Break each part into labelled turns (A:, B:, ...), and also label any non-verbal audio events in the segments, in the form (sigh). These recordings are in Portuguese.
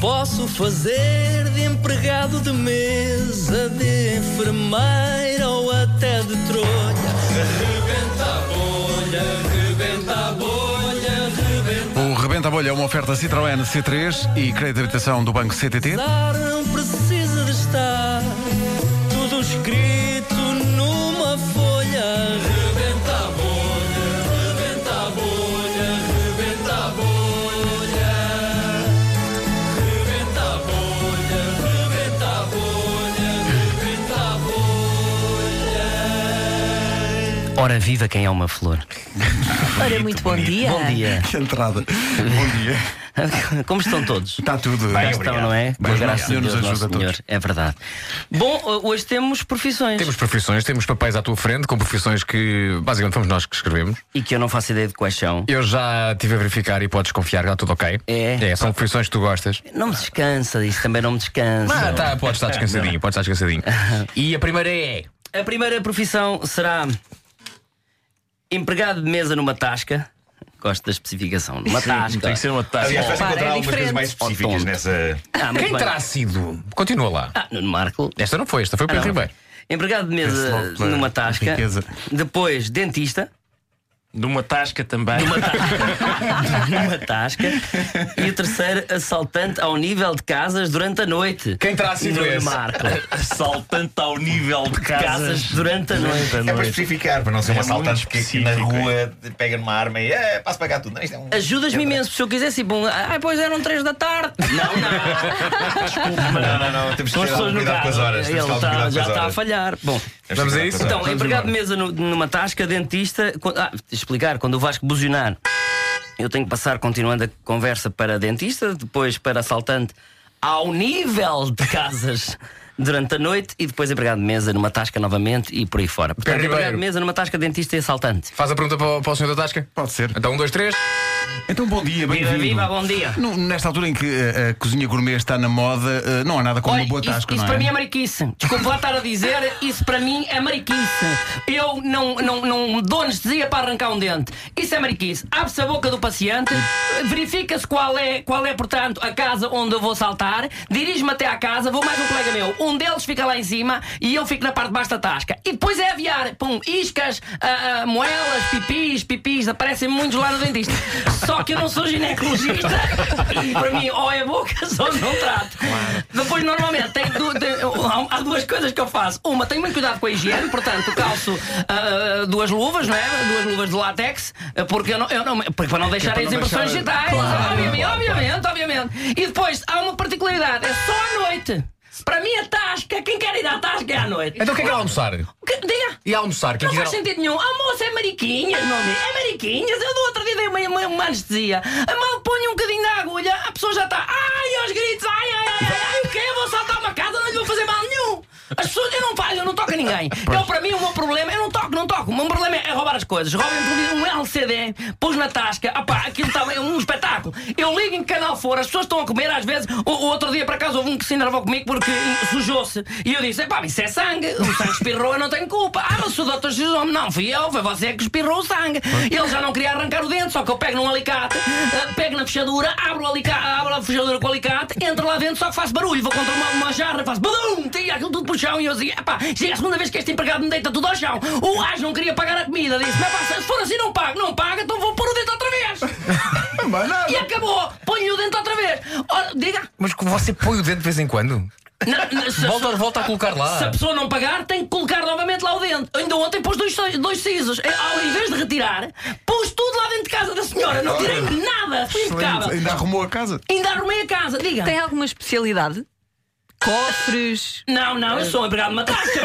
A: posso fazer de empregado de mesa, de enfermeira ou até de trolha. Rebenta a bolha, rebenta a bolha, rebenta
B: O Rebenta a Bolha é uma oferta Citroën C3 e crédito de habitação do Banco CTT.
A: a bolha. Não precisa de estar tudo escrito numa folha. Rebenta a bolha, rebenta a bolha, rebenta a bolha. Rebenta a bolha, rebenta a bolha, rebenta a bolha.
C: Ora viva quem é uma flor.
D: Ora, muito bom dia.
C: Bom dia.
B: Que entrada. Bom dia.
C: Como estão todos?
B: Está tudo.
C: Cá estão, não é?
B: Bem,
C: Boa graça
B: obrigado.
C: de Deus,
B: Deus nos
C: nosso
B: ajuda a
C: Senhor.
B: todos.
C: É verdade. Bom, hoje temos profissões.
E: Temos profissões, temos papéis à tua frente, com profissões que basicamente fomos nós que escrevemos.
C: E que eu não faço ideia de quais são.
E: Eu já estive a verificar e podes confiar, está tudo ok.
C: É.
E: são profissões que tu gostas.
C: Não me descansa, isso também não me descansa.
E: Ah, tá, podes estar descansadinho, podes estar
C: (laughs)
E: descansadinho. E a primeira é.
C: A primeira profissão será empregado de mesa numa tasca. Gosto da especificação. Numa tasca.
F: Tem que ser uma taça.
G: Aliás, vais
C: Repara,
G: encontrar
C: é
G: algumas coisas
C: diferente.
G: mais
C: Ao
G: específicas
C: tom.
G: né? nessa.
C: Ah, muito
E: Quem
C: bem.
E: terá sido? Continua lá.
C: Ah, Nuno Marco.
E: Esta não foi, esta foi o
C: Ah, não.
E: Pedro Ribeiro.
C: Empregado de
B: Esse
C: mesa
B: logo pela
C: numa tasca.
B: riqueza.
C: Depois, dentista.
F: De uma tasca também. (laughs)
C: numa tasca e o terceiro assaltante ao nível de casas durante a noite.
G: tá
E: Quem terá
G: assim
E: sido
C: Nuno
E: esse?
G: (laughs)
C: Marco.
F: Saltante ao nível de
C: Casas
F: casas.
C: durante a noite.
G: É para especificar, para não ser um
F: É
G: assaltante
F: muito
G: que aqui na
F: específico,
G: rua pega numa arma e é, passa para cá tudo. Não, isto é um-
C: Ajudas-me
G: é um-
C: imenso, se eu quisesse, bom, ai, pois eram três da tarde. Não, não. (laughs)
G: Não, não, não, temos que
C: Com
G: ter
C: as pessoas
G: algum
C: no
G: cuidado
C: carro.
G: com as horas.
C: Ele
G: Temos que ter algum
C: tá-
G: cuidado com
C: já
G: as
C: está a
G: horas.
C: falhar. Bom,
G: Temos que
E: Vamos
G: ter
E: a
G: cuidado
E: isso?
G: com as
C: então,
G: horas.
C: empregado de mesa no- numa tasca, dentista. quando- ah, explicar, quando o Vasco buzinar, eu tenho que passar, continuando a conversa, para dentista, depois para assaltante ao nível de casas. (laughs) Durante a noite e depois empregado de mesa numa tasca novamente e por aí fora. Portanto,
E: Ribeiro.
C: empregado de mesa numa tasca, dentista e assaltante.
E: Faz a pergunta para, o- para o senhor da Tasca?
B: Pode ser.
E: Então, um, dois, três.
B: Então, bom dia,
C: Viva,
B: bem-vindo.
C: viva, bom dia.
B: No- Nesta altura em que eh, a, cozinha gourmet está na moda, eh, não há nada como uma boa
C: isso,
B: tasca,
C: isso
B: não é?
C: para mim é mariquice. Desculpa lá estar a dizer, isso para mim é mariquice. Eu não, não, não dou anestesia para arrancar um dente. Isso é mariquice. Abre-se a boca do paciente, verifica-se qual é, qual é, portanto, a casa onde eu vou saltar, dirijo-me até à casa, vou mais um colega meu. Um deles fica lá em cima e eu fico na parte de baixo da tasca. E depois é aviar. Pum, iscas, ah, ah, moelas, pipis, pipis, aparecem muitos lá no dentista. Só que eu não sou ginecologista. E para mim, ou é bocas (laughs) ou não trato. Depois, normalmente, tem du- tem- há- há duas coisas que eu faço. Uma, tenho muito cuidado com a higiene, portanto, calço ah, ah, duas luvas, não é? Duas luvas de látex, ah, porque eu não, eu não- porque é para não deixar as impressões digitais. obviamente, obviamente, obviamente. E depois, há uma particularidade: é só à noite. Para mim, a tasca, quem quer ir à tasca é à noite.
E: Então, o que é que é almoçar?
C: Que- Diga.
E: E almoçar? Quem
C: Não faz
E: quiser-
C: sentido nenhum. A moça é mariquinhas, meu amigo. É mariquinhas. Eu do outro dia dei uma, uma, uma anestesia. A mal ponho um bocadinho da agulha, a pessoa já está. Ai, aos gritos, ai, ai, ai, ai, ai, o quê? Eu vou saltar uma casa, não lhe vou fazer mal nenhum. As pessoas, eu não faço, eu não toco a ninguém. Eu, para mim, o meu problema, eu não toco, não toco. O meu problema é roubar as coisas. Roubem-me um LCD, pus na tasca, opá, aquilo estava é um espetáculo. Eu ligo em que canal for, as pessoas estão a comer, às vezes. O, o outro dia, por acaso, houve um que se enervou comigo porque sujou-se. E eu disse: pá, isso é sangue, o sangue espirrou, eu não tenho culpa. Ah, mas se o doutor Xizome, não, fui eu, foi você que espirrou o sangue. Ele já não queria arrancar o dente, só que eu pego num alicate, eh, pego na fechadura, abro, o alica- abro a fechadura com o alicate, entro lá dentro, só que faço barulho, vou contra uma, uma jarra, faço badum, tira aquilo tudo pro chão e eu dizia, pá, chega a segunda vez que este empregado me deita tudo ao chão. O gajo não queria pagar a comida, disse, mas pá, se for assim não pago, não paga, então vou pôr o dente outra vez. E acabou, ponho o dente outra vez. Ora, diga,
E: Mas que você põe o dedo de vez em quando?
C: na- na- se-
E: Volta, volta a colocar
C: se a
E: lá.
C: pessoa não pagar, tem que colocar novamente lá o dente. Ainda ontem pus dois, dois sisos. Eu, Ao invés de retirar, pus tudo lá dentro de casa da senhora. Não tirei nada. Fui
B: Excelente.
C: impecável.
B: Ainda arrumou a casa.
C: Ainda arrumei a casa. Diga.
D: Tem alguma especialidade? Cofres.
C: Não, não, eu sou um empregado de uma tasca.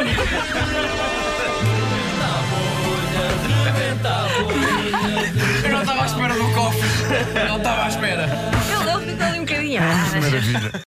E: Eu não estava à espera do cofre. Não estava à espera.
D: Ele ele ficou ali um bocadinho. Ah,
B: Maravilha.